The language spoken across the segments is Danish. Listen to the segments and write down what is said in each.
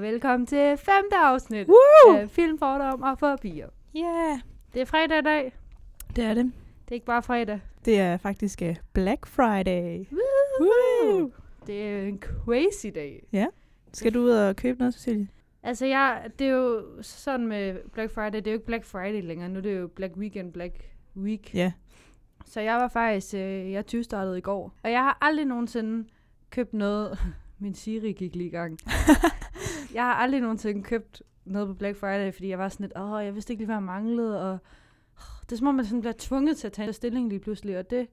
velkommen til femte afsnit Woo! af Film, Fordom og Forbier. Ja, Det er fredag i dag. det er det. Det er ikke bare fredag. Det er faktisk øh, Black Friday. Woo! Det er en crazy dag. Skal du ud og købe noget, Cecilie? Altså, jeg, det er jo sådan med Black Friday. Det er jo ikke Black Friday længere. Nu er det jo Black Weekend, Black Week. Ja. Så jeg var faktisk, øh, jeg 20 startede i går. Og jeg har aldrig nogensinde købt noget. Min Siri gik lige i gang. jeg har aldrig nogensinde købt noget på Black Friday, fordi jeg var sådan lidt, åh, jeg vidste ikke lige, hvad jeg manglede. Og åh, det er som om, man sådan bliver tvunget til at tage en stilling lige pludselig, og det,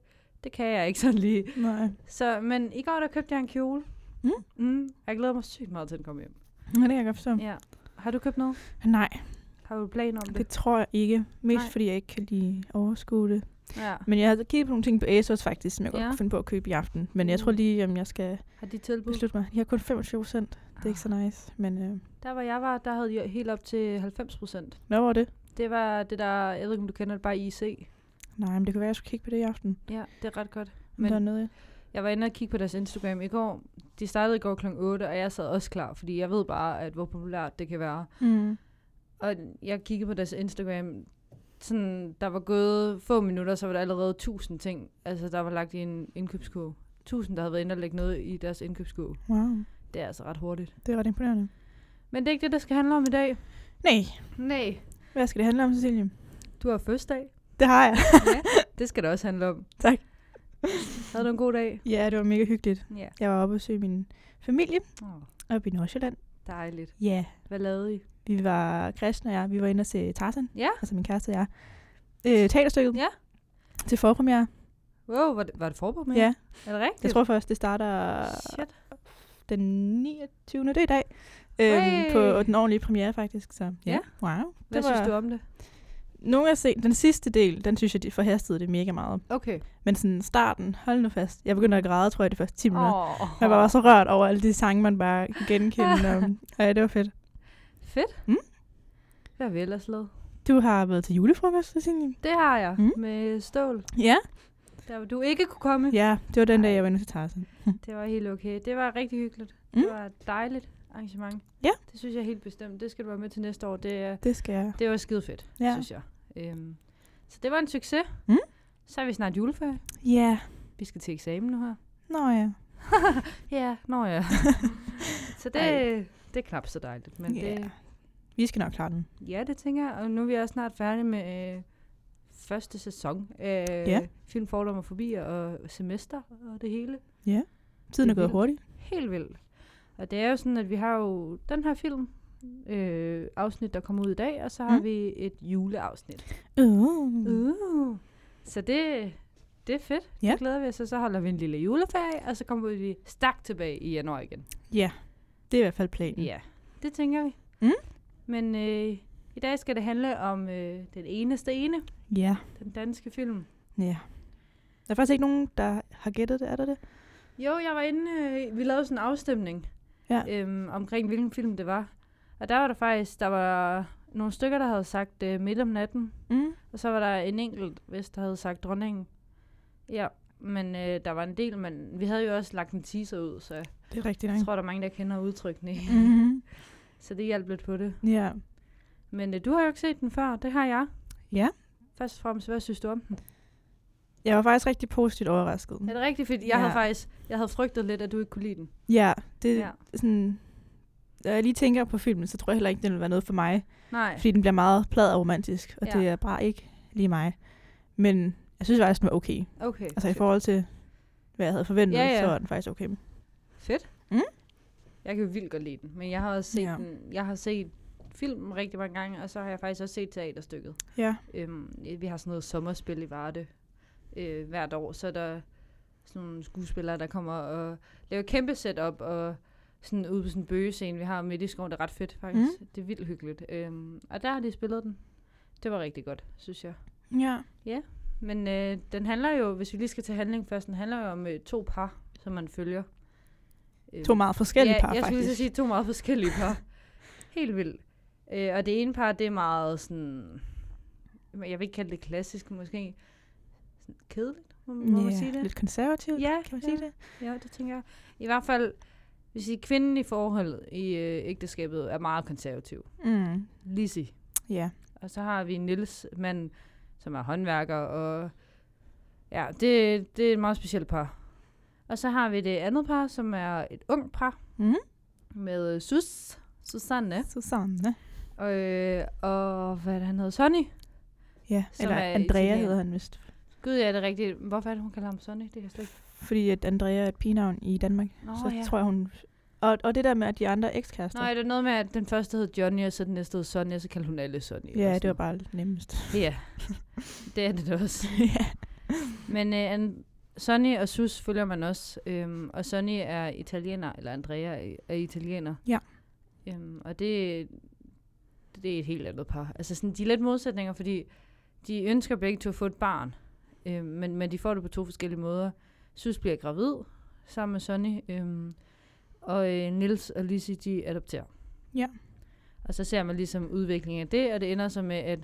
det kan jeg ikke sådan lige. Nej. Så, men i går, der købte jeg en kjole. Mm. Mm, jeg glæder mig sygt meget til, at den kommer hjem. Men det kan jeg godt forstå. Ja. Har du købt noget? Nej, Har du planer om det det? tror jeg ikke. Mest Nej. fordi jeg ikke kan lige overskue det. Ja. Men jeg havde kigget på nogle ting på ASOS faktisk, som jeg godt Ja. kunne finde på at købe i aften. Men jeg Mm. tror lige, om jeg skal Har de tilbud? beslutte mig. Jeg har kun 25 procent. Det er ikke så Ah. nice. Men øh, Der hvor jeg var, der havde jeg helt op til 90 procent. hvad var det? Det var det der, jeg ved ikke om du kender det, bare IC. Nej, men det kunne være, jeg skulle kigge på det i aften. Ja, det er ret godt. Men Men der er noget, jeg... jeg var inde og kigge på deres Instagram i går. De startede i går kl. 8, og jeg sad også klar, fordi jeg ved bare, at hvor populært det kan være. Mm. Og jeg kiggede på deres Instagram, sådan, der var gået få minutter, så var der allerede 1000 ting, altså der var lagt i en indkøbskurve. 1000, der havde været inde og lægge noget i deres indkøbskurve. Wow, Det er altså ret hurtigt. det er ret imponerende. Men det er ikke det, der skal handle om i dag. Nej, Nej. hvad skal det handle om, Cecilie? Du har fødselsdag. Det har jeg. Det skal det også handle om. Tak. Havde du en god dag? ja, det var mega hyggeligt. Ja. Jeg var oppe og besøge min familie Oh, oppe i Nordsjælland. dejligt. Ja, yeah. Hvad lavede I? vi var, Christian og jeg, vi var inde og se Tarzan. Ja. Altså min kæreste og jeg. Øh, teaterstykket. Ja. Til forpremiere. Wow, var det, var det forberedt med? Ja, Er det rigtigt? jeg tror øh, først, det starter Shit. den 29. Det er i dag. Øhm, Hey. på den ordentlige premiere faktisk. Så, Ja. Wow. Hvad det synes du om det? Nogle af se, den sidste del, den synes jeg, de forhastede det mega meget. Okay. Men sådan starten, hold nu fast. Jeg begynder at græde, tror jeg, de første 10 minutter. Åh. Jeg var bare så rørt over alle de sange, man bare kan genkende. og, ja, det var fedt. Fedt. Mm. Hvad har vi ellers lavet? Du har været til julefrokost, Cecilie? Det har jeg Mm. med stål. Ja. Der hvor du ikke kunne komme. Ja, det var den Ej. dag, jeg var inde til Tarzan. Det var helt okay. Det var rigtig hyggeligt. Mm. Mm. Det var et dejligt arrangement. Ja. Det synes jeg helt bestemt. Det skal du være med til næste år. Det, er- Det skal jeg. det var skide fedt, Ja. synes jeg. Øhm, så det var en succes. Mm. Så er vi snart juleferie. Ja. Vi skal til eksamen nu her. Nå ja. Ja, nå ja. så det, det er knap så dejligt. Men Ja. det, Vi skal nok klare den. ja, det tænker jeg. Og nu er vi også snart færdige med øh, første sæson af øh, Ja. Film, Fordom og Forbi og semester og det hele. Tiden er Det er gået hurtigt. Helt vildt. Og det er jo sådan, at vi har jo den her film, øh, afsnit, der kommer ud i dag, og så har mm. Mm. vi et juleafsnit. Uh. Uh. Så det, det er fedt. Ja. Det glæder vi os, og så holder vi en lille juleferie, og så kommer vi stærkt tilbage i januar igen. Ja, det er i hvert fald planen. Ja, det tænker vi. Mm. Men øh, i dag skal det handle om øh, den eneste ene, Ja. den danske film. ja. Der er faktisk ikke nogen, der har gættet det, er der det? Jo, jeg var inde, øh, vi lavede sådan en afstemning Ja. øhm, omkring, hvilken film det var. Og der var der faktisk, der var nogle stykker, der havde sagt øh, midt om natten. Mm. Og så var der en enkelt, hvis der havde sagt dronningen. Ja, men øh, der var en del, men vi havde jo også lagt en teaser ud, så jeg Det er rigtigt nok. tror, der er mange, der kender udtrykkene. Mm-hmm. så det hjalp lidt på det. Ja. Men øh, du har jo ikke set den før, det har jeg. ja. Først og fremmest, hvad synes du om den? Jeg var faktisk rigtig positivt overrasket. Er det rigtigt? Fordi jeg ja. havde Mhm. Ja. Øh. faktisk jeg havde frygtet lidt, at du ikke kunne lide den. Ja, det Ja. er sådan... Når jeg lige tænker på filmen, så tror jeg heller ikke, den vil være noget for mig. Nej. Fordi den bliver meget plad og romantisk, og Ja. det er bare ikke lige mig. Men jeg synes faktisk, den var okay. Okay. Altså i fedt. forhold til, hvad jeg havde forventet, Ja, ja, ja. ja. så var den faktisk okay. Fedt. Mm. Jeg kan jo vildt godt lide den, men jeg har også set, ja. Ja. den, jeg har set filmen rigtig mange gange, og så har jeg faktisk også set teaterstykket. Ja. Øhm, vi har sådan noget sommerspil i Varde øh, hvert år, så er der sådan nogle skuespillere, der kommer og laver kæmpe setup, og sådan ude på sådan en bøgescene, vi har midt i skoven, det er ret fedt faktisk. Mm. Det er vildt hyggeligt. Øhm, og der har de spillet den. Det var rigtig godt, synes jeg. Ja. Men øh, den handler jo, hvis vi lige skal til handling først, den handler jo om øh, to par, som man følger. Øh, To meget forskellige ja, par, jeg skulle lige faktisk. så sige to meget forskellige par. Helt vildt. Øh, og det ene par, det er meget sådan, jeg vil ikke kalde det klassisk, måske sådan kedeligt, må, må man sige det? Lidt konservativt, Ja, kan man sige det? Ja, det tænker jeg. I hvert fald, vil sige, kvinden i forholdet i øh, ægteskabet er meget konservativ. Mm. Lizzie. Ja. Og så har vi Nils mand, som er håndværker, og ja, det, det er et meget specielt par. Og så har vi det andet par, som er et ungt par Mm. med øh, Sus, Susanne, Susanne. og, øh, og hvad er det, han hedder, Sonny. Ja, Som eller er Andrea italiener. hedder han vist. Gud, ja, det er rigtigt. Hvorfor er det, hun kalder ham Sonny? Det kan jeg slet ikke. Fordi at Andrea er et pigenavn i Danmark. Nå, så ja. tror jeg, hun... Og, og det der med, at de andre er ekskærester. Nej, det er noget med, at den første hed Johnny, og så den næste hed Sonny, og så kaldte hun alle Sonny. eller ja, sådan det var bare lidt nemmest. Ja, det er det da også. ja. Men øh, an- Sonny og Sus følger man også, øhm, og Sonny er italiener, eller Andrea er- er italiener. Ja. Øhm, og det, det er et helt andet par. Altså sådan, de er lidt modsætninger, fordi de ønsker begge to at få et barn, øhm, men, men de får det på to forskellige måder. Sus bliver gravid sammen med Sonny, øhm, og øh, Nils og Lizzie, de adopterer. Ja. Og så ser man ligesom udviklingen af det, og det ender så med, at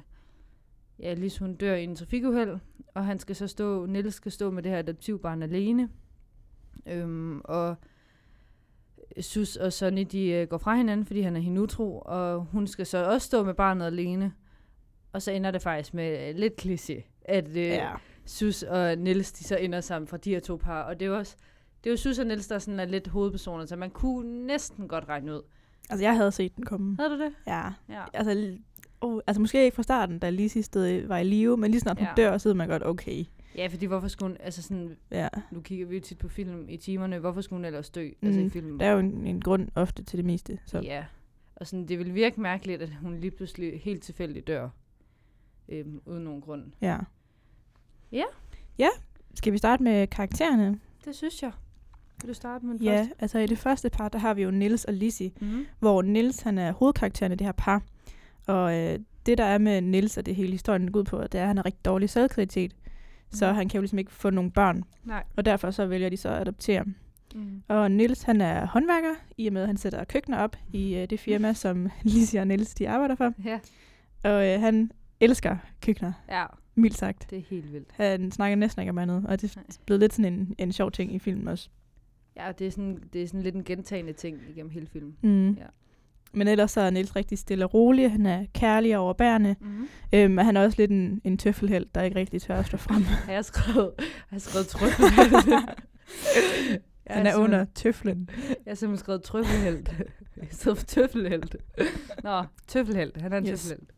ja, Lis hun dør i en trafikuheld, og han skal så stå, Niels skal stå med det her adoptivbarn alene. Øhm, og Sus og Sonny, de øh, går fra hinanden, fordi han er hende utro, og hun skal så også stå med barnet alene. Og så ender det faktisk med øh, lidt kliché, at øh, ja. ja. Sus og Niels, de så ender sammen fra de her to par. Og det er jo også, det er jo Sus og Niels, der sådan er lidt hovedpersoner, så man kunne næsten godt regne ud. Altså, jeg havde set den komme. Havde du det? Ja. Ja. Altså, l- oh, altså måske ikke fra starten, da Lizzie stadig var i live, men lige snart hun Ja. ja. dør, så ved man godt, okay. Ja, fordi hvorfor skulle hun, altså sådan, Ja. nu kigger vi jo tit på film i timerne, hvorfor skulle hun ellers dø? Altså i Mm, filmen. Der er jo en, en grund ofte til det meste. Så. Så. Ja, og sådan, det ville virke mærkeligt, at hun lige pludselig helt tilfældigt dør. Øhm, uden nogen grund. ja. Ja. Ja. Skal vi starte med karaktererne? Det synes jeg. Vil du starte med den Ja, første? altså i det første par, der har vi jo Nils og Lizzie, Mm-hmm. hvor Nils han er hovedkarakteren i det her par. Og øh, det der er med Nils og det hele historien går ud på, det er, at han har rigtig dårlig sædkvalitet. Så Mhm. han kan jo ligesom ikke få nogen børn, Nej. og derfor så vælger de så at adoptere. Mm. Og Nils han er håndværker, i og med at han sætter køkkener op i øh, det firma, som Lizzie og Nils de arbejder for. Ja. Og øh, han elsker køkkener, ja, mildt sagt. det er helt vildt. Han snakker næsten ikke om andet, og det er Nej. blevet lidt sådan en, en sjov ting i filmen også. Ja, og det er, sådan, det er sådan lidt en gentagende ting igennem hele filmen. Mm. Ja. Men ellers så er Nils rigtig stille og rolig, han er kærlig og overbærende, Mm-hmm. øhm, og han er også lidt en, en tøffelhelt, der ikke rigtig tør at stå frem. Har jeg skrevet, har jeg skrevet trøffel? han er under tøflen. Jeg har simpelthen skrevet trøffelhelt. I stedet for tøffelhelt. Nå, tøffelhelt. Han er en yes. Yes. tøffelhelt.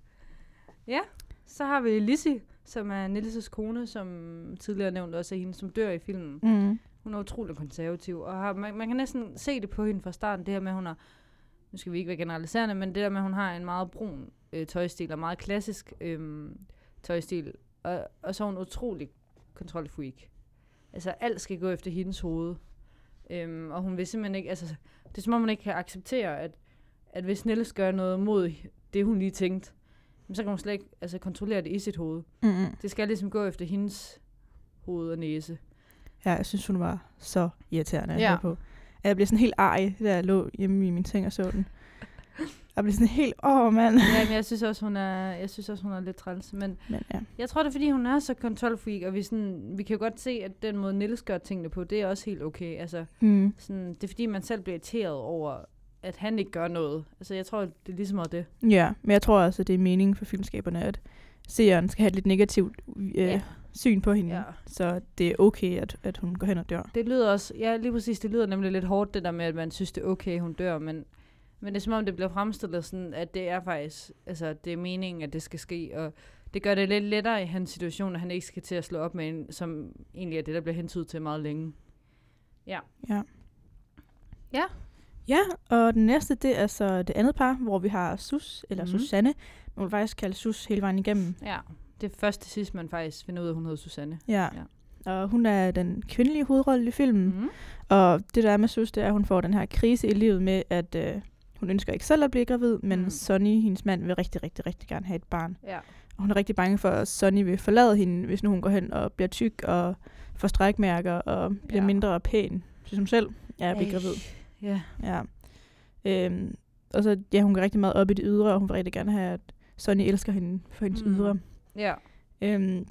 Ja, så har vi Lizzie, som er Nils' kone, som tidligere nævnt også er hende, som dør i filmen. Mm. Hun er utrolig konservativ, og har, man, man kan næsten se det på hende fra starten, det her med, at hun har, nu skal vi ikke være generaliserende, men det der med, at hun har en meget brun øh, tøjstil, og meget klassisk øh, tøjstil, og, og så er hun utrolig kontrolfreak. Altså, alt skal gå efter hendes hoved. Øhm, og hun vil simpelthen ikke, altså, det er som om hun ikke kan acceptere, at, at hvis Niels gør noget mod det, hun lige tænkte, jamen, så kan hun slet ikke altså, kontrollere det i sit hoved. Mm. Det skal ligesom gå efter hendes hoved og næse. Ja, jeg synes, hun var så irriterende at Ja. ja. på. At Jeg blev sådan helt ej, da jeg lå hjemme i min seng og så den. Jeg blev sådan helt, åh mand. Ja, men jeg synes også, hun er, jeg synes også, hun er lidt træls. Men Men ja. jeg tror, det er, fordi hun er så kontrolfreak, og vi, sådan, vi kan jo godt se, at den måde, Niels gør tingene på, det er også helt okay. Altså, Mm. sådan, det er, fordi man selv bliver irriteret over, at han ikke gør noget. Altså, jeg tror, det er ligesom meget det. Ja, men jeg tror også, at det er meningen for filmskaberne, at seeren skal have et lidt negativt øh, Ja. ja. syn på hende. Ja. Ja. Så det er okay, at, at hun går hen og dør. Det lyder også, ja, lige præcis, det lyder nemlig lidt hårdt, det der med, at man synes, det er okay, hun dør, men, men det er som om, det bliver fremstillet sådan, at det er faktisk, altså, det er meningen, at det skal ske, og det gør det lidt lettere i hans situation, at han ikke skal til at slå op med en, som egentlig er det, der bliver hentydet til meget længe. Ja. Ja. Ja, og den næste, det er så det andet par, hvor vi har Sus, eller Mhm. mm. Susanne. Man vil faktisk kalde Sus hele vejen igennem. Ja, det er først til sidst, man faktisk finder ud af, at hun hedder Susanne. Ja. Ja. ja. Og hun er den kvindelige hovedrolle i filmen. Mm. Mm. Og det der er med Sus, det er, at hun får den her krise i livet med, at øh, hun ønsker ikke selv at blive gravid, men Mm. mm. Sonny, hendes mand, vil rigtig, rigtig, rigtig gerne have et barn. Ja. Og hun er rigtig bange for, at Sonny vil forlade hende, hvis nu hun går hen og bliver tyk og får strækmærker og bliver Ja. ja. mindre pæn, synes hun selv er at Ej. blive gravid. Ja. Ja. Øhm, og så, ja, hun går rigtig meget op i det ydre, og hun vil rigtig gerne have, at Sonny elsker hende for hendes Mm. mm. ydre. Ja. Øhm,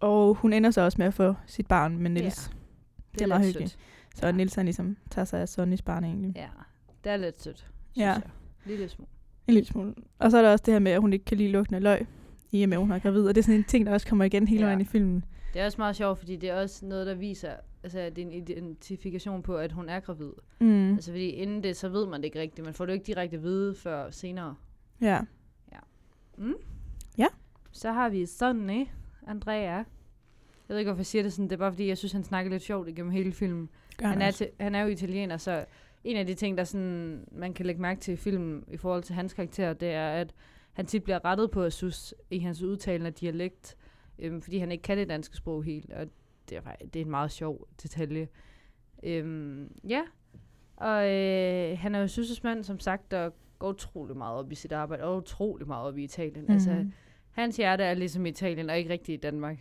og hun ender så også med at få sit barn med Niels. Ja. Det er meget lidt hyggeligt. sødt. Så ja. Nils han ligesom tager sig af Sonnys barn egentlig. Ja, det er lidt sødt, synes Ja. ja. jeg. Lille smule. En lille smule. Og så er der også det her med, at hun ikke kan lide lugten af løg, i og med, at hun er gravid. Og det er sådan en ting, der også kommer igen hele Ja. vejen i filmen. Det er også meget sjovt, fordi det er også noget, der viser, altså at det er en identifikation på, at hun er gravid. Mm. Altså fordi inden det, så ved man det ikke rigtigt. Man får det jo ikke direkte at vide før senere. Ja. Så har vi Sonny, Andrea. Jeg ved ikke, hvorfor jeg siger det sådan. Det er bare, fordi jeg synes, han snakker lidt sjovt igennem hele filmen. Gør Han er, også. til, han er jo italiener, så en af de ting, der sådan, man kan lægge mærke til i filmen i forhold til hans karakter, det er, at han tit bliver rettet på at synes i hans udtalende dialekt, øhm, fordi han ikke kan det danske sprog helt, og det er, fakt- det er en meget sjov detalje. Øhm, ja, og øh, han er jo sysselsmand, som sagt, der går utrolig meget op i sit arbejde, og utrolig meget op i Italien. Mm. Altså, Mhm. Hans hjerte er ligesom i Italien, og ikke rigtig i Danmark.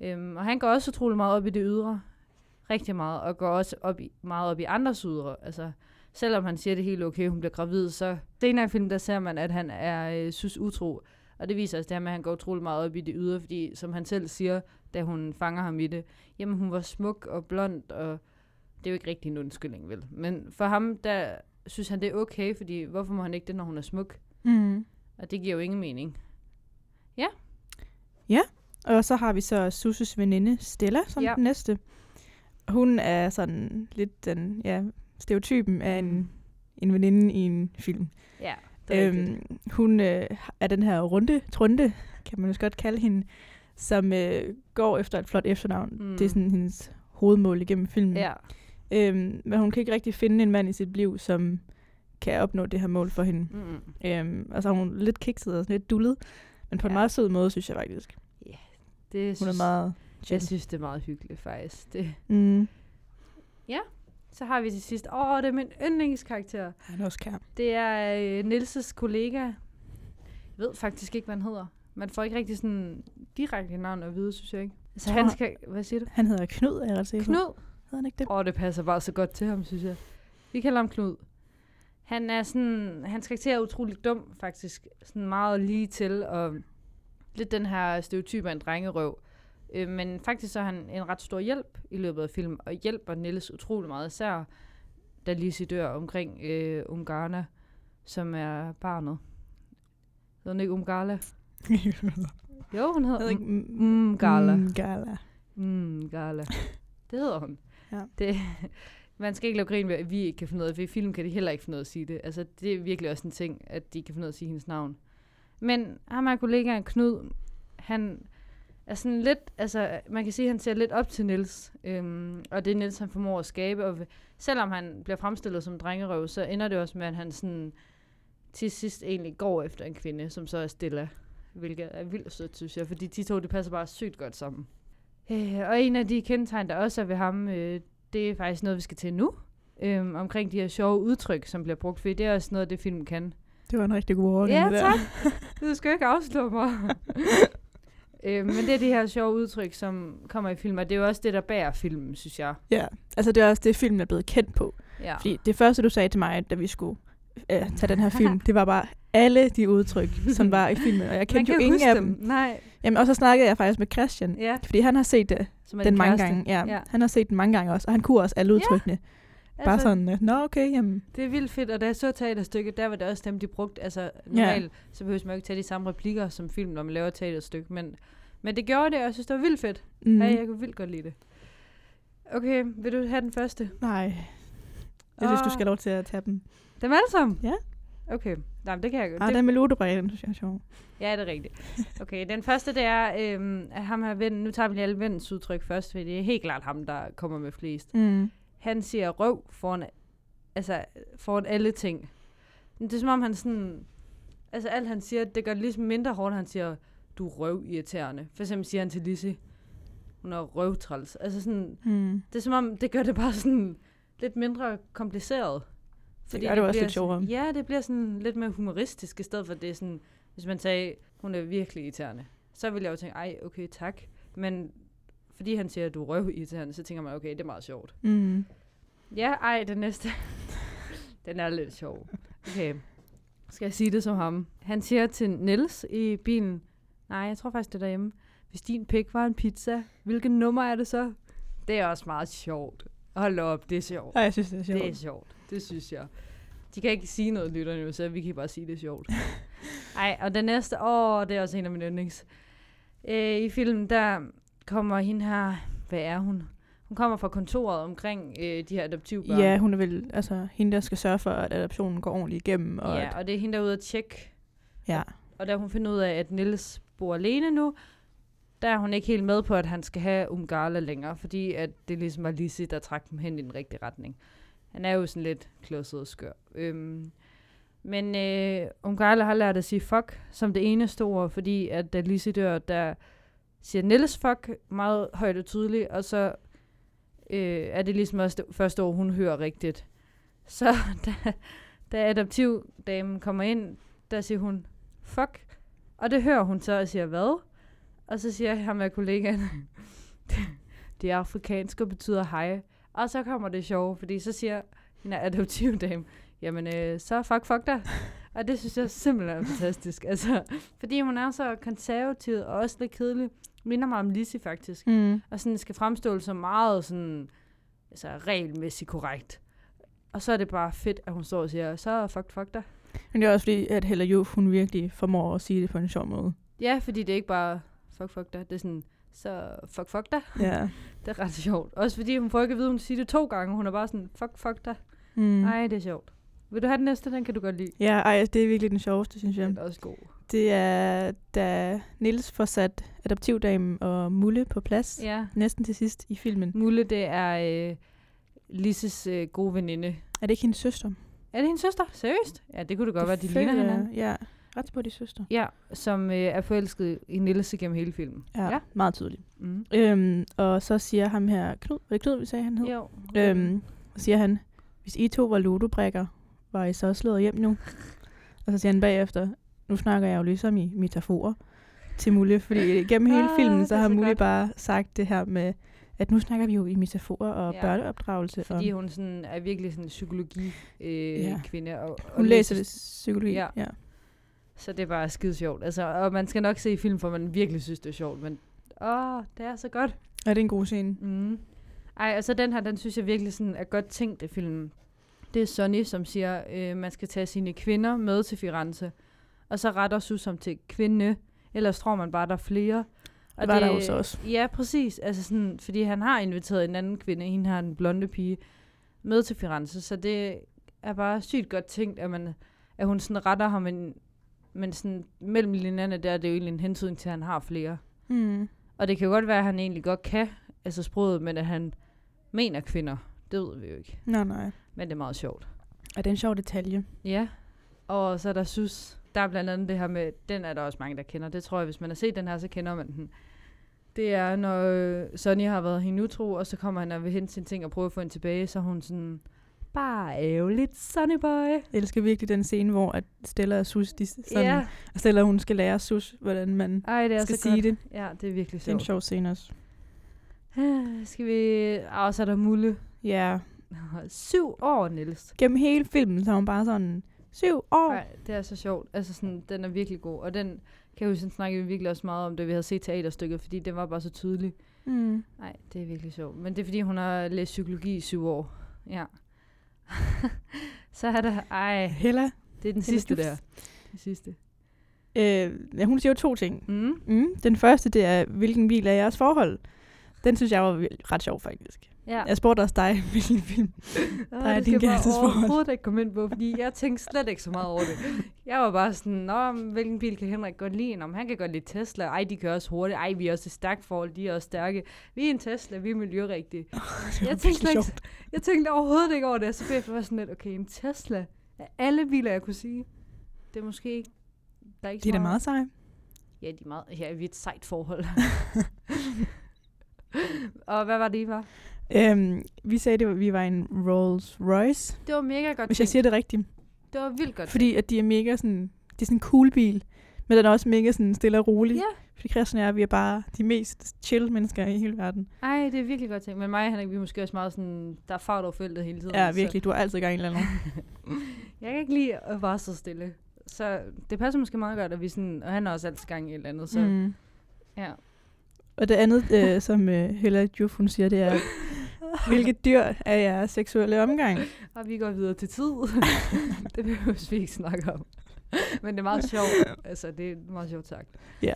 Øhm, og han går også utrolig meget op i det ydre. Rigtig meget. Og går også op i, meget op i andres ydre. Altså, selvom han siger det er helt okay, hun bliver gravid, så senere i filmen, der ser man, at han er øh, synes utro. Og det viser også det her med, at han går utrolig meget op i det ydre, fordi som han selv siger, da hun fanger ham i det, jamen hun var smuk og blond, og det er jo ikke rigtig en undskyldning, vel? Men for ham, der synes han, det er okay, fordi hvorfor må han ikke det, når hun er smuk? Mm. Og det giver jo ingen mening. Og så har vi så Susses veninde Stella som ja. Ja. den næste. Hun er sådan lidt den, ja, stereotypen af en, en veninde i en film. Ja, Mm. det er øhm, Øhm, hun øh, er den her runde, trunde, kan man jo godt kalde hende, som øh, går efter et flot efternavn. Mm. Mm. Det er sådan hendes hovedmål igennem filmen. Ja, Øhm, men hun kan ikke rigtig finde en mand i sit liv, som kan opnå det her mål for hende. mm, Øhm, og så er hun lidt kikset og sådan lidt dullet, men på ja. en Ja. meget sød måde, synes jeg faktisk. det Hun synes, er meget jeg chill. synes, det er meget hyggeligt faktisk. Det. Mm. Så har vi til sidst, åh, det er min yndlingskarakter. Han er også kær. Det er øh, Nilses kollega. Jeg ved faktisk ikke, hvad han hedder. Man får ikke rigtig sådan direkte navn at vide, synes jeg ikke. Så Tror- han skal... Hvad siger du? Han hedder Knud, er jeg ret sikker på. Knud. Hedder han ikke det? Åh, det passer bare så godt til ham, synes jeg. Vi kalder ham Knud. Han er sådan, hans karakter er utrolig dum, faktisk. Sådan meget lige til, og lidt den her stereotyp af en drengerøv. Øh, men faktisk så er han en ret stor hjælp i løbet af filmen, og hjælper Niels utrolig meget, især da Lise dør omkring øh, Umgarna, som er barnet. Hedder hun ikke Umgarla? Jo, hun hedder ikke Umgarla. Mm, Gala. Mm, gala. Det hedder hun. Ja. Det, man skal ikke lave grin med, at vi ikke kan finde ud af det, for i film kan de heller ikke finde ud af at sige det. Altså, det er virkelig også en ting, at de ikke kan finde ud af at sige hendes navn. Men ham her kollegaen Knud, han er sådan lidt, altså man kan sige, at han ser lidt op til Nils øhm, og det er Nils han formår at skabe, og v- selvom han bliver fremstillet som drengerøv, så ender det også med, at han sådan til sidst egentlig går efter en kvinde, som så er Stella, hvilket er vildt sødt, synes jeg, fordi de to, det passer bare sygt godt sammen. Øh, og en af de kendetegn, der også er ved ham, øh, det er faktisk noget, vi skal til nu. Øh, omkring de her sjove udtryk, som bliver brugt, fordi det er også noget, det film kan. Det var en rigtig god ordning, Ja, det der. tak. Du skal jo ikke afslå mig. øh, men det er de her sjove udtryk, som kommer i film, og det er jo også det, der bærer filmen, synes jeg. Ja, altså det er også det, filmen er blevet kendt på. Ja. Fordi det første, du sagde til mig, da vi skulle øh, tage den her film, det var bare alle de udtryk, som var i filmen. Og jeg kendte jo ingen af dem. Nej. Jamen, og så snakkede jeg faktisk med Christian, Ja, fordi han har set det, som er den din mange kæreste. gange. Ja. ja. Ja. Han har set den mange gange også, og han kunne også alle udtrykkene. Ja, altså, bare sådan, øh, nå okay, jamen. Det er vildt fedt, og da jeg så teaterstykket, der var det også dem, de brugte. Altså normalt, yeah. så behøver man jo ikke tage de samme replikker som film, når man laver et teaterstykke, men, men det gjorde det, og jeg synes, det var vildt fedt. Mm, Mm. Ja, jeg kunne vildt godt lide det. Okay, vil du have den første? Nej. Jeg synes, du Åh. skal have lov til at tage dem. Dem alle sammen? Ja. Okay, Nej, men det kan jeg godt. Ah, det, den med Lodebræk, den synes jeg er sjov. ja, det er rigtigt. Okay, den første, det er øhm, at ham her ven. Nu tager vi lige alle vennens udtryk først, for det er helt klart ham, der kommer med flest. Mm. Han siger røv foran, altså, foran alle ting. Men Det er som om, han sådan... Altså, alt han siger, det gør det ligesom mindre hårdt, når han siger, du er røvirriterende. For eksempel siger han til Lizzie, hun er røvtræls. Altså sådan, Mm. Det er som om, det gør det bare sådan lidt mindre kompliceret. gør det jo også bliver lidt sjovere. Sådan, ja, det bliver sådan lidt mere humoristisk, i stedet for at det er sådan, hvis man sagde, hun er virkelig irriterende, så ville jeg jo tænke, ej, okay, tak. Men fordi han siger, at du er røv irriterende, så tænker man, okay, det er meget sjovt. Mm. Ja, ej, den næste. den er lidt sjov. Okay. Skal jeg sige det som ham? Han siger til Niels i bilen, nej, jeg tror faktisk, det er derhjemme. Hvis din pik var en pizza, hvilket nummer er det så? Det er også meget sjovt. Hold op, det er sjovt. Ej, jeg synes, det er sjovt. Det er sjovt, det synes jeg. De kan ikke sige noget, lytterne jo, så vi kan bare sige, det er sjovt. Ej, og den næste, åh, det er også en af mine yndlings. Øh, I filmen, der kommer hende her, hvad er hun? Hun kommer fra kontoret omkring øh, de her adoptivbørn. Ja, hun er vel altså, hende, der skal sørge for, at adoptionen går ordentligt igennem. Øhm, Og ja, At, og det er hende, der er ude at tjekke. ja. Og da hun finder ud af, at Nils bor alene nu, der er hun ikke helt med på, at han skal have Umgala længere, fordi at det ligesom var Lise, der trak dem hen i den rigtige retning. Han er jo sådan lidt klodset og skør. Øhm, men øh, Umgala har lært at sige fuck som det eneste ord, fordi at da Lise dør, der siger Nils fuck meget højt og tydeligt, og så øh, er det ligesom også det første ord, hun hører rigtigt. Så da, da adoptivdamen kommer ind, der siger hun fuck. Og det hører hun så og siger, hvad? Og så siger jeg med kollegaen, det er afrikansk og betyder hej. Og så kommer det sjove, fordi så siger en adoptivdame, jamen øh, så fuck fuck dig. Og det synes jeg simpelthen er fantastisk. Altså, fordi hun er så konservativ og også lidt kedelig. Minder mig om Lizzie faktisk Mm. og sådan skal fremstå som meget sådan, altså regelmæssigt korrekt. Og så er det bare fedt, at hun står og siger, så fuck, fuck dig. Men det er også fordi, at Hella Juf, hun virkelig formår at sige det på en sjov måde. Ja, fordi det er ikke bare fuck, fuck dig. Det er sådan, så fuck, fuck dig. Ja. Det er ret sjovt. Også fordi hun får ikke at vide, at hun siger det to gange. Hun er bare sådan, fuck, fuck dig. Mm. Nej, det er sjovt. Vil du have den næste? Den kan du godt lide. Ja, ej, det er virkelig den sjoveste, synes jeg. Den er også god. Det er, da Nils får sat adoptivdamen og Mulle på plads, ja. Ja. næsten til sidst i filmen. Mulle, det er øh, Lisses øh, gode veninde. Er det ikke hendes søster? Er det hendes søster? Seriøst? Ja, det kunne det godt være, de ligner Føler- hinanden. Ja, ret på de søster. Ja, som øh, er forelsket i Nils gennem hele filmen. Ja, Ja. ja. meget tydeligt. Mm. Øhm, og så siger ham her, Knud, var det Knud, vi sagde, han hed? Jo. Øhm, så siger han, hvis I to var ludobrikker, var I så slået hjem nu? Og så siger han bagefter, nu snakker jeg jo ligesom i metaforer til Mulle, fordi gennem hele Ah, filmen, det så er har så Mulle godt. bare sagt det her med, at nu snakker vi jo i metaforer og Ja. ja. børneopdragelse. Fordi og hun sådan er virkelig sådan en psykologi-kvinde. Øh, Ja. kvinde, og, og hun læser det psykologi. Ja. Ja. ja. Så det er bare skide sjovt. Altså, og man skal nok se film, for man virkelig synes, det er sjovt. Men åh, det er så godt. Og det er en god scene. Mm. Ej, og så den her, den synes jeg virkelig sådan er godt tænkt af filmen. Det er Sonny, som siger, øh, man skal tage sine kvinder med til Firenze. Og så retter Susan til kvinde. Ellers tror man bare, der er flere. Og det var der jo så også. Ja, præcis. Altså sådan, fordi han har inviteret en anden kvinde, hende har den blonde pige, med til Firenze, så det er bare sygt godt tænkt, at, man, at hun sådan retter ham, en, men sådan mellem linjerne, der er det jo egentlig en hentydning til, at han har flere. Mm. Og det kan jo godt være, at han egentlig godt kan, altså sproget, men at han mener kvinder, det ved vi jo ikke. Nej, nej. Men det er meget sjovt. Og det er en sjov detalje. Ja, og så er der Sus. Der er blandt andet det her med, den er der også mange, der kender. Det tror jeg, hvis man har set den her, så kender man den. Det er, når øh, Sonny har været hende utro, og så kommer han og vil hente sine ting og prøver at få hende tilbage, så er hun sådan, bare ærgerligt, Sonny boy. Jeg elsker virkelig den scene, hvor at Stella og Sus, de sådan, ja, ja. Stella hun skal lære Sus, hvordan man ej, det er skal så sige godt. det. Ja, det er virkelig Det er en sjovt. sjov scene også. Ah, Skal vi... Og så er der Mulle. Ja. Syv år, Niels. Gennem hele filmen, så er hun bare sådan, syv år. Nej, det er så sjovt. Altså sådan, den er virkelig god. Og den kan jeg huske, den snakkede vi virkelig også meget om, da vi havde set teaterstykket, fordi den var bare så tydelig. Mm. Nej, det er virkelig sjovt. Men det er, fordi hun har læst psykologi i syv år. Ja. så er der... Ej, Hella, det er den sidste der. Den sidste. øh, ja, hun siger jo to ting. Mm. Mm. Den første, det er, hvilken bil er jeres forhold? Den synes jeg var vild- ret sjov, faktisk. Ja. Jeg spurgte også dig, hvilken film. Åh, der er det din skal jeg bare kærestesforhold. overhovedet ikke komme ind på, fordi jeg tænkte slet ikke så meget over det. Jeg var bare sådan, Nå, men hvilken bil kan Henrik godt lide? Nå, men han kan godt lide Tesla. Ej, de kører også hurtigt. Ej, vi er også et stærkt forhold. De er også stærke. Vi er en Tesla. Vi er miljørigtige. jeg, tænkte slet virkelig ikke, jeg tænkte overhovedet ikke over det. Og så blev jeg bare sådan lidt, okay, en Tesla af alle biler, jeg kunne sige. Det er måske ikke... Der er ikke Det er så da meget sej. Ja, de er meget, ja, vi er et sejt forhold. og hvad var det, I var? Øhm, vi sagde, at vi var en Rolls Royce. Det var mega godt Hvis jeg tænkt. siger det rigtigt. Det var vildt godt Fordi at de er mega sådan, det er sådan en cool bil, men den er også mega sådan stille og rolig. tænkt. Ja, Fordi Christian og jeg, vi er bare de mest chill mennesker i hele verden. Ej, det er virkelig godt tænkt. Men mig og Henrik, vi er måske også meget sådan, der er fart over feltet hele tiden. Ja, virkelig. Du har altid gang i en eller anden. Så jeg kan ikke lide at være så stille. Så det passer måske meget godt, at vi sådan, og han er også altid gang i et eller andet. Så mm. Mm. ja. Og det andet, øh, som øh, Hella Juf, hun siger, det er, Hvilket dyr er jeres seksuelle omgang? Og vi går videre til tid. det behøver vi ikke snakke om. Men det er meget sjovt. Altså, det er meget sjovt sagt. Ja.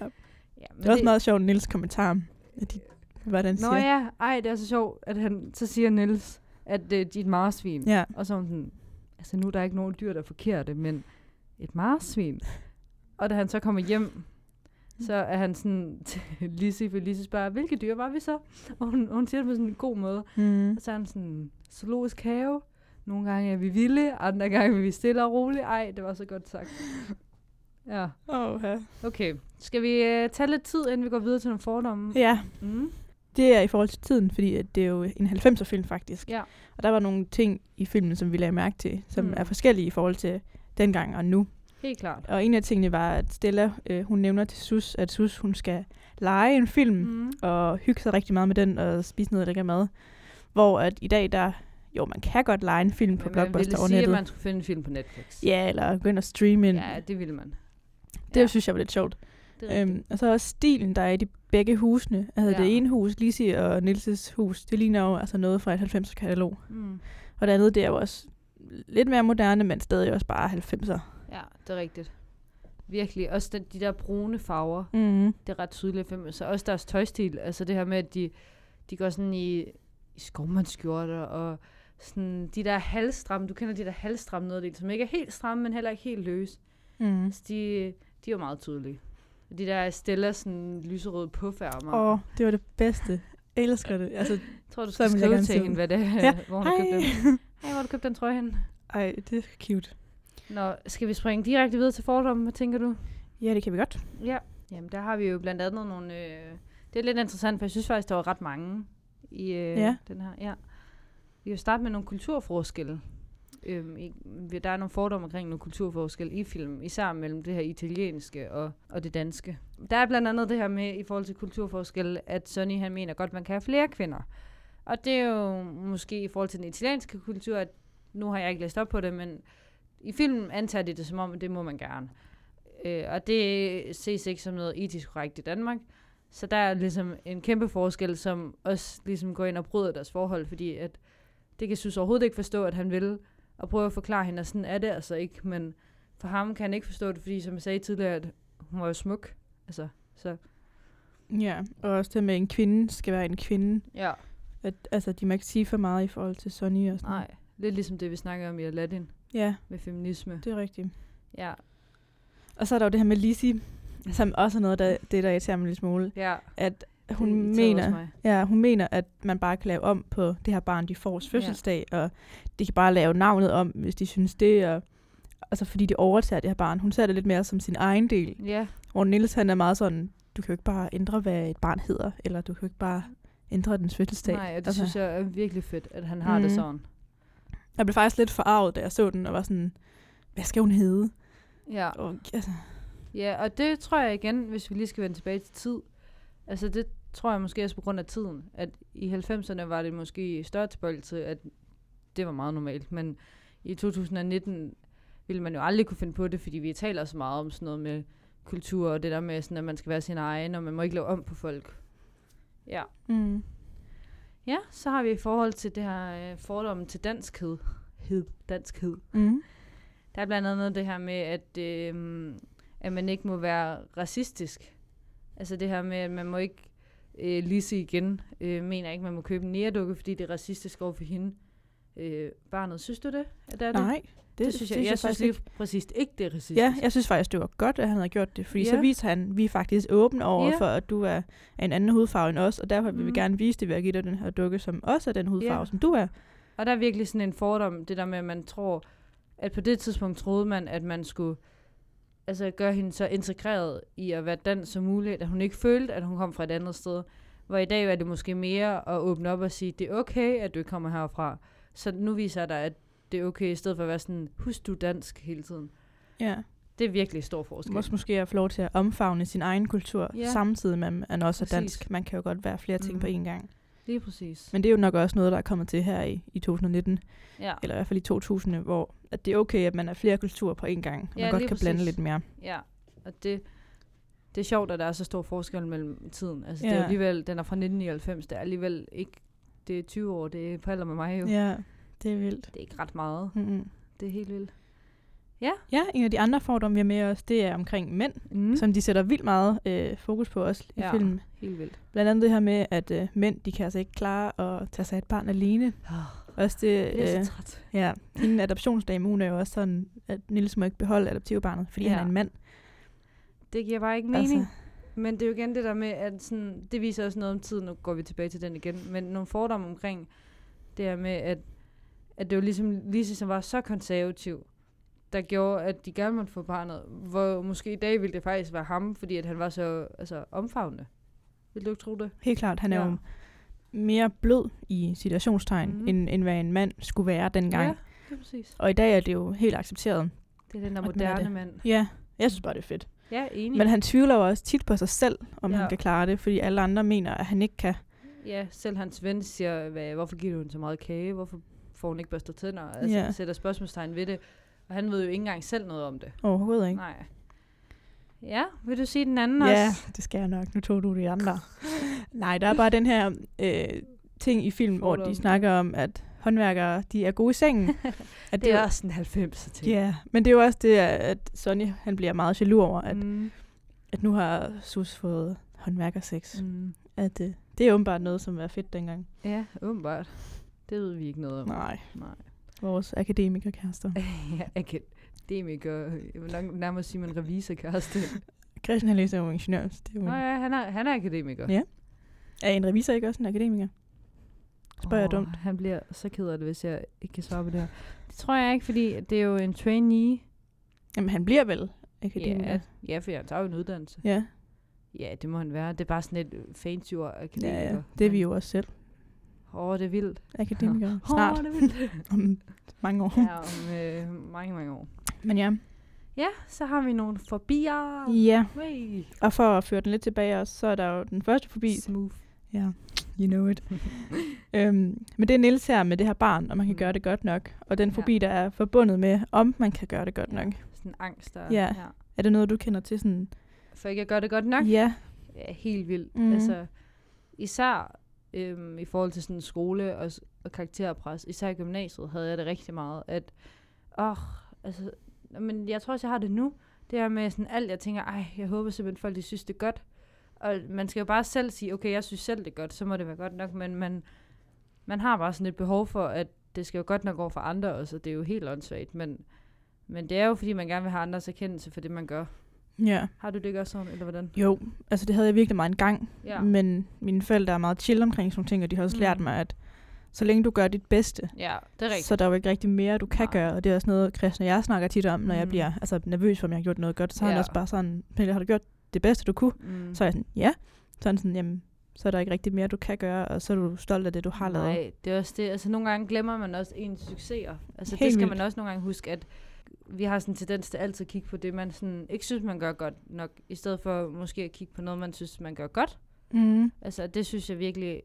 Ja, men Det er også meget sjovt, Nils kommentar. om, At de, hvordan Nå siger. ja, ej, det er så sjovt, at han, så siger Niels, at øh, de er et marsvin. ja. Og så er hun sådan, altså nu er der ikke nogen dyr, der er forkerte, men et marsvin. Og da han så kommer hjem, så er han sådan til Lise, for Lise spørger, hvilke dyr var vi så? Og hun, hun siger det på sådan en god måde. Mm. Og så er han sådan, zoologisk have. Nogle gange er vi vilde, andre gange er vi stille og roligt. Ej, det var så godt sagt. Ja, Oh, ja. okay. Skal vi øh, tage lidt tid, inden vi går videre til nogle fordomme? ja, Mm. det er i forhold til tiden, fordi at det er jo en 90'er film faktisk. Ja. Og der var nogle ting i filmen, som vi lagde mærke til, som Mm. mm. er forskellige i forhold til dengang og nu. Helt klart. Og en af tingene var, at Stella, øh, hun nævner til Sus, at Sus, hun skal lege en film, mm. Mm. og hygge sig rigtig meget med den, og spise noget lækker mad. Hvor at i dag, der, jo, man kan godt lege en film på Men man ville Blockbuster over sige, at nettet. man skulle finde en film på Netflix. Ja, eller gå ind og streame ind. ja det ville man. Det ja. synes jeg var lidt sjovt. Det er Øhm, og så også stilen, der er i de begge husene. Altså Ja. det ene hus, Lisi og Nilses hus, det ligner jo altså noget fra et 90'er katalog. rigtigt. Mm. Og det andet, det er jo også lidt mere moderne, men stadig også bare 90'er. Ja, det er rigtigt. Virkelig. Også den, de der brune farver, Mm-hmm. det er ret tydeligt i filmen. Så også deres tøjstil, altså det her med, at de, de går sådan i, i skovmandsskjorter og sådan de der halvstramme, du kender de der halvstramme nederdel, som ikke er helt stramme, men heller ikke helt løse. Mm. Altså de, de er jo meget tydelige. Og De der Stella sådan lyserøde puffærmer. Åh, det var det bedste. Jeg elsker det. Altså, Jeg tror, du så skal vil jeg skrive gerne se til den. hende, hvad det er, Ja, hvor hun har hej. købt den. Hej, hvor har du købt den trøje henne? Ej, det er cute. Nå, skal vi springe direkte videre til fordommen, hvad tænker du? Ja, det kan vi godt. Ja, jamen der har vi jo blandt andet nogle... Øh, det er lidt interessant, for jeg synes faktisk, der var ret mange i øh, ja. Ja. den her. Ja. Vi kan jo starte med nogle kulturforskelle. Øhm, i, der er nogle fordomme omkring nogle kulturforskelle i film, især mellem det her italienske og, og det danske. Der er blandt andet det her med, i forhold til kulturforskelle, at Sonny han mener godt, man kan have flere kvinder. Og det er jo måske i forhold til den italienske kultur, at nu har jeg ikke læst op på det, men i filmen antager de det som om, at det må man gerne. Øh, og det ses ikke som noget etisk korrekt i Danmark. Så der er ligesom en kæmpe forskel, som også ligesom går ind og bryder deres forhold, fordi at det kan synes overhovedet ikke forstå, at han vil, og prøve at forklare hende, at sådan er det altså ikke, men for ham kan han ikke forstå det, fordi som jeg sagde tidligere, at hun var jo smuk. Altså, så Ja, og også det med, at en kvinde skal være en kvinde. ja, At, altså, de må ikke sige for meget i forhold til Sonny og sådan noget. nej. Lidt ligesom det, vi snakker om i Aladdin Ja, med feminisme. det er rigtigt. Ja, Og så er der jo det her med Lizzie, som også er noget, der, det der irriterer mig en lille smule. ja. At det hun irriterede også mener, mig. ja, hun mener, at man bare kan lave om på det her barn, de får Ja. fødselsdag, og de kan bare lave navnet om, hvis de synes det, og altså fordi de overtager det her barn. Hun ser det lidt mere som sin egen del, Ja, hvor Niels han er meget sådan, du kan jo ikke bare ændre, hvad et barn hedder, eller du kan jo ikke bare ændre dens fødselsdag. nej, og det altså, synes jeg er virkelig fedt, at han har mm. det Mhm. sådan. jeg blev faktisk lidt forarvet, da jeg så den, og var sådan, hvad skal hun hedde? Ja. Og, altså, Ja, og det tror jeg igen, hvis vi lige skal vende tilbage til tid. Altså det tror jeg måske også på grund af tiden, at i 90'erne var det måske i større tilbøjelse, at det var meget normalt, men i 2019 ville man jo aldrig kunne finde på det, fordi vi taler så meget om sådan noget med kultur, og det der med sådan, at man skal være sin egen, og man må ikke lave om på folk. Ja. mm, Ja, så har vi i forhold til det her øh, fordommen til danskhed. Hed, danskhed. mm, Der er blandt andet det her med, at, øh, at man ikke må være racistisk. Altså det her med, at man må ikke øh, lise igen, øh, mener ikke, man må købe en nærdukke, fordi det er racistisk over for hende. Øh, barnet, synes du det? At der er det? nej, det, det synes jeg, jeg, jeg synes faktisk lige præcis ikke, det er racistisk. Ja, jeg synes faktisk, det var godt, at han havde gjort det, fordi yeah. Ja. så viser han, vi er faktisk åbne over Ja. yeah. for, at du er af en anden hudfarve end os, og derfor vil vi Mm. gerne vise det ved at give dig den her dukke, som også er den hudfarve, Ja. som du er. Og der er virkelig sådan en fordom, det der med, at man tror, at på det tidspunkt troede man, at man skulle altså gøre hende så integreret i at være dansk som muligt, at hun ikke følte, at hun kom fra et andet sted. Hvor i dag er det måske mere at åbne op og sige, det er okay, at du ikke kommer herfra. Så nu viser jeg dig, at det er okay, i stedet for at være sådan, husk du er dansk hele tiden. Ja. Det er virkelig stor forskel. Også måske at få lov til at omfavne sin egen kultur, Ja. yeah. samtidig med, at man også er Præcis. dansk. Man kan jo godt være flere ting Mm. mm. på én gang. Lige præcis. Men det er jo nok også noget, der er kommet til her i, i 2019, Ja, eller i hvert fald i 2000, hvor at det er okay, at man er flere kulturer på én gang, og Ja, man godt lige kan blande præcis. lidt mere. ja. Og det, det er sjovt, at der er så stor forskel mellem tiden. Altså, det er Ja. alligevel, den er fra 1999, det er alligevel ikke, det det er 20 år, det er på alder med mig jo. Ja. Ja, det er vildt. Det er ikke ret meget. Mm-hmm. Det er helt vildt. Ja, en af de andre fordomme, vi har med os, det er omkring mænd, Mm. mm. som de sætter vildt meget øh, fokus på også i Ja. ja. filmen. Helt vildt. Blandt andet det her med, at øh, mænd, de kan altså ikke klare at tage sig af et barn alene. Oh, Også det, jeg er Ah, øh, så træt. ja, hende adoptionsdame, hun er jo også sådan, at Nils må ikke beholde adoptivbarnet, fordi ja. Ja. han er en mand. Det giver bare ikke mening. Altså. Men det er jo igen det der med, at sådan, det viser også noget om tiden. Nu går vi tilbage til den igen. Men nogle fordomme omkring det her med, at, at det jo ligesom, Lise, som var så konservativ, der gjorde, at de gerne måtte få barnet. Hvor måske i dag ville det faktisk være ham, fordi at han var så altså, omfavnende. Vil du ikke tro det? Helt klart, han er Ja. ja. jo mere blød i situationstegn, Mhm. mm. end, end hvad en mand skulle være dengang. Ja, det er præcis. Og i dag er det jo helt accepteret. Det er den der Og den er moderne det. mand. Ja, jeg synes bare, det er fedt. Ja, enig. Men han tvivler jo også tit på sig selv, om Mm. Ja. ja. han kan klare det, fordi alle andre mener, at han ikke kan. Ja, selv hans ven siger, hvad, hvorfor giver du hende så meget kage? Hvorfor får hun ikke børstet tænder? Altså, Ja. sætter spørgsmålstegn ved det. Og han ved jo ikke engang selv noget om det. Overhovedet ikke. Nej. Ja, vil du sige den anden ja, også? det skal jeg nok. Nu tog du de andre. Nej, der er bare den her øh, ting i film, hvor Fordom. de snakker om, at håndværkere, de er gode i sengen. At Det jo- er også en 90'er ting. Ja, men det er jo også det, at Sonny, han bliver meget jaloux over, at, mm. Mm, at nu har Sus fået håndværkersex. mm. at øh, det er åbenbart noget, som var fedt dengang. Ja, åbenbart. Det ved vi ikke noget om. Nej. Nej. Vores akademikerkærester. ja, jeg kan det er ikke, jeg vil nok nærmere sige, man revisorkæreste. Christian han læser jo ingeniør, så det er jo Nå en, ja, han er, han er akademiker. Mm. Ja. er en revisor ikke også en akademiker? spørger jeg Åh, dumt. Han bliver så ked af det, hvis jeg ikke kan svare på det her. Det tror jeg ikke, fordi det er jo en trainee. Jamen han bliver vel akademiker. Ja, Ja. ja, for han tager jo en uddannelse. Ja, Ja, det må han være. Det er bare sådan et øh, fancy ord, akademiker. ja, ja, det er vi jo også selv. Åh, oh, det er vildt. Akademikere. Åh, Snart. det er vildt. Om mange år. ja, om øh, mange, mange år. Men ja. Ja, så har vi nogle forbier. Ja, Way. og for at føre den lidt tilbage også, så er der jo den første forbi. Smooth. Ja, you know it. øhm, men det er Niels her med det her barn, og man kan gøre det godt nok. Og den Mm. Ja. forbi, der er forbundet med, om man kan gøre det godt Ja. nok. Sådan angst. Der, Ja. Er det noget, du kender til sådan? For ikke at gøre det godt nok. Ja, Ja, helt vildt. Mm. Mhm. Altså, især øhm, i forhold til sådan skole og, s- og karakterpres, især i gymnasiet, havde jeg det rigtig meget, at, åh, altså, men jeg tror også, jeg har det nu, det her med sådan alt, jeg tænker, ej, jeg håber simpelthen folk, de synes det er godt. Og man skal jo bare selv sige, okay, jeg synes selv det er godt, så må det være godt nok, men man, man har bare sådan et behov for, at det skal jo godt nok over for andre også, og det er jo helt åndssvagt, men, men det er jo, fordi man gerne vil have andres erkendelse for det, man gør. Ja, Har du det ikke også sådan, eller hvordan? jo. Altså det havde jeg virkelig meget en gang, Ja. men mine forældre er meget chill omkring sådan nogle ting, og de har også Mm. mm. lært mig, at så længe du gør dit bedste, Ja, det er rigtigt. så er der jo ikke rigtig mere, du kan Nej. gøre. Og det er også noget, Christian og jeg snakker tit om, når mm. jeg Mm. bliver altså, nervøs for, om jeg har gjort noget godt. Så er Ja. han også bare sådan, Pernille, har du gjort det bedste, du kunne? Mm. Mm. Så er jeg sådan, ja. Så er han sådan, jamen, så er der ikke rigtig mere, du kan gøre, og så er du stolt af det, du har lavet. Nej, det er også det. Altså, nogle gange glemmer man også ens succeser. Altså, Helt det Helt skal vildt. man også nogle gange huske, at vi har sådan en tendens til altid at kigge på det, man sådan ikke synes, man gør godt nok, i stedet for måske at kigge på noget, man synes, man gør godt. Mm. Altså, det synes jeg virkelig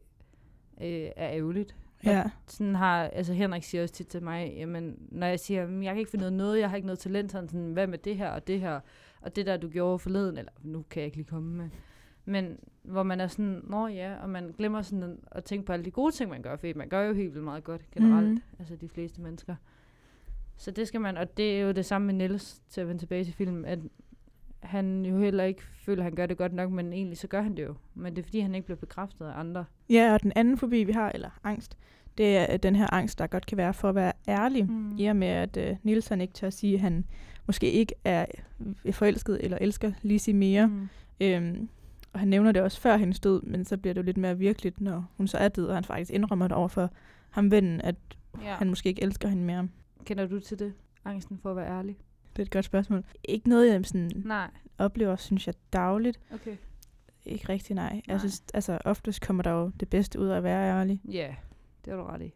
øh, er ærgerligt. Ja. Sådan har, altså Henrik siger også tit til mig, jamen, når jeg siger, "Mm, jeg kan ikke finde ud af noget, jeg har ikke noget talent, så er han sådan, hvad med det her og det her, og det der, du gjorde forleden, eller nu kan jeg ikke lige komme med. Men hvor man er sådan, nå ja, og man glemmer sådan at tænke på alle de gode ting, man gør, fordi man gør jo helt vildt meget godt generelt, Mhm. mm. altså de fleste mennesker. Så det skal man, og det er jo det samme med Niels, til at vende tilbage til filmen, at han jo heller ikke føler, at han gør det godt nok, men egentlig så gør han det jo. Men det er fordi, han ikke bliver bekræftet af andre. ja, og den anden fobi, vi har, eller angst, det er øh, den her angst, der godt kan være for at være ærlig. Mm. i og med, at øh, Nielsen ikke tør sige, at han måske ikke er øh, forelsket eller elsker Lizzie mere. Mm. Mm. Øhm, og han nævner det også før hendes død, men så bliver det jo lidt mere virkeligt, når hun så er død, og han faktisk indrømmer det over for ham vennen, at Ja. ja. han måske ikke elsker hende mere. Kender du til det? Angsten for at være ærlig? Det er et godt spørgsmål. Ikke noget, jeg sådan Nej. oplever, synes jeg, dagligt. Okay. Ikke rigtig, nej. nej. Nej. Jeg synes, altså, oftest kommer der jo det bedste ud af at være ærlig. Ja, yeah, det har du ret i.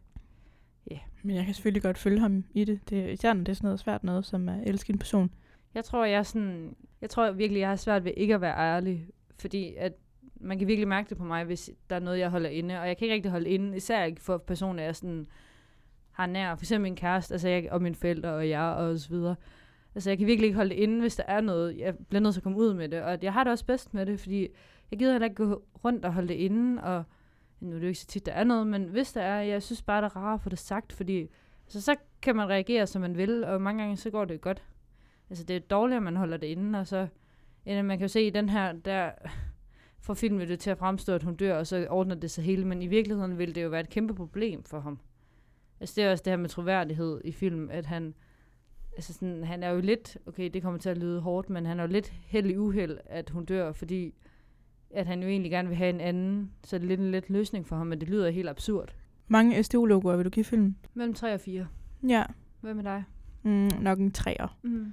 Men jeg kan selvfølgelig godt følge ham i det. det er- især når det er sådan noget svært noget, som at elske en person. Jeg tror, jeg er sådan... Jeg tror virkelig, jeg har svært ved ikke at være ærlig, fordi at man kan virkelig mærke det på mig, hvis der er noget, jeg holder inde. Og jeg kan ikke rigtig holde inde, især ikke for personer, jeg sådan har nær. For eksempel min kæreste, altså jeg, og mine forældre og jeg og så videre. Altså jeg kan virkelig ikke holde det inde, hvis der er noget. Jeg bliver nødt til at komme ud med det. Og jeg har det også bedst med det, fordi jeg gider heller ikke gå rundt og holde det inde. Og nu er det jo ikke så tit, der er noget, men hvis der er, jeg synes bare, det er rart at få det sagt, fordi altså, så kan man reagere, som man vil, og mange gange, så går det godt. Altså, det er dårligt, at man holder det inde, og så, eller man kan jo se i den her, der får filmen det til at fremstå, at hun dør, og så ordner det sig hele, men i virkeligheden vil det jo være et kæmpe problem for ham. Altså, det er også det her med troværdighed i film, at han, altså sådan, han er jo lidt, okay, det kommer til at lyde hårdt, men han er jo lidt held i uheld, at hun dør, fordi at han jo egentlig gerne vil have en anden, så det er lidt en let løsning for ham, men det lyder helt absurd. Mange SDU-logoer vil du give filmen? Mellem 3 og 4. Ja, Hvad med dig? mm, nok en træer. Mm.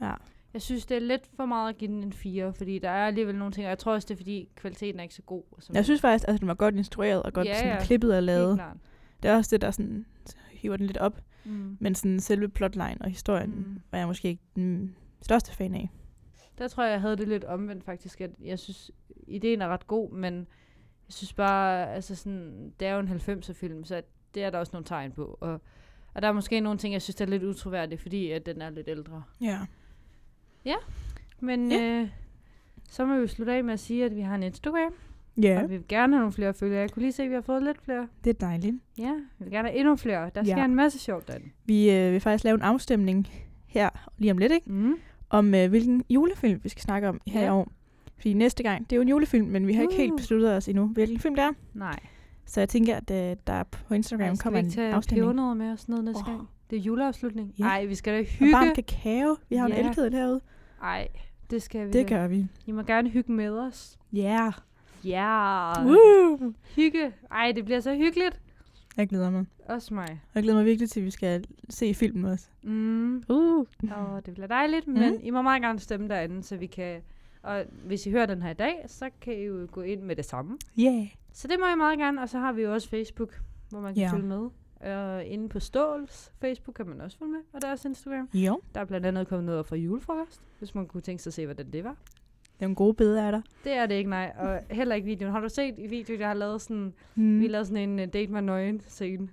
Ja. Jeg synes, det er lidt for meget at give den en 4, fordi der er alligevel nogle ting, og jeg tror også, det er, fordi kvaliteten er ikke så god. Som Jeg synes faktisk, at altså, den var godt instrueret og godt Ja, ja, sådan, ja. ja. klippet og Helt lavet. klart. Det er også det, der sådan, hiver den lidt op. Mm. Men sådan, selve plotline og historien Mm. mm. var jeg måske ikke den største fan af. Der tror jeg, jeg havde det lidt omvendt faktisk, at jeg synes, ideen er ret god, men jeg synes bare, altså sådan, det er jo en 90'er film, så det er der også nogle tegn på. Og, og der er måske nogle ting, jeg synes, der er lidt utroværdige, fordi at den er lidt ældre. Ja. Men ja. øh, så må vi jo slutte af med at sige, at vi har en Instagram, Ja, ja. og vi vil gerne have nogle flere følgere. Jeg kunne lige se, at vi har fået lidt flere. det er dejligt. Ja, vi vil gerne have endnu flere. Der Ja. sker en masse sjovt derinde. Vi øh, vil faktisk lave en afstemning her lige om lidt, ikke? Mm. Om øh, hvilken julefilm vi skal snakke om her Ja. i år. Fordi næste gang, det er jo en julefilm, men vi har ikke helt Uh. besluttet os endnu, hvilken film det er. Nej, Så jeg tænker, at øh, der på Instagram Ej, skal vi kommer Altså, ikke en tage afstemning. pebernødder med os ned næste Åh. oh. gang? Det er juleafslutning. Ja. Nej, vi skal da Og hygge. varm kakao. Vi har jo Ja. en elkedel herude. Nej, det skal vi Det da. gør vi. I må gerne hygge med os. Ja. Ja. Yeah. Yeah. Woo! Hygge. Ej, det bliver så hyggeligt. Jeg glæder mig. Også mig. Og jeg glæder mig virkelig til, at vi skal se filmen også. Mm. Uh. Og det bliver dejligt, men I må meget gerne stemme derinde, så vi kan... Og hvis I hører den her i dag, så kan I jo gå ind med det samme. Yeah. Så det må I meget gerne, og så har vi jo også Facebook, hvor man kan Ja. følge med. Og inde på Ståls Facebook kan man også følge med, og deres Instagram. Jo. Der er blandt andet kommet noget op fra julefrokost, hvis man kunne tænke sig at se, hvordan det var. Det er en god billede af dig. Det er det ikke, nej. Og heller ikke videoen. Har du set i videoen, jeg har lavet sådan Mm. Vi lavede sådan en øh, date med nøgen scene.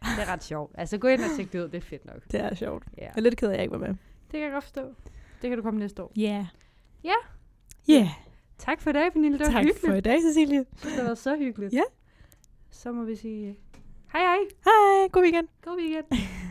Det er ret sjovt. Altså gå ind og tjek det ud, det er fedt nok. Det er sjovt. Ja. Jeg er lidt ked af, at jeg ikke var med. Det kan jeg godt forstå. Det kan du komme næste år. Ja. Ja. Ja. Tak for i dag, Pernille. Det var Tak hyggeligt. for i dag, Cecilie. For... Det var så hyggeligt. Ja. Så må vi sige øh, hej hej. Hej, god weekend. God weekend.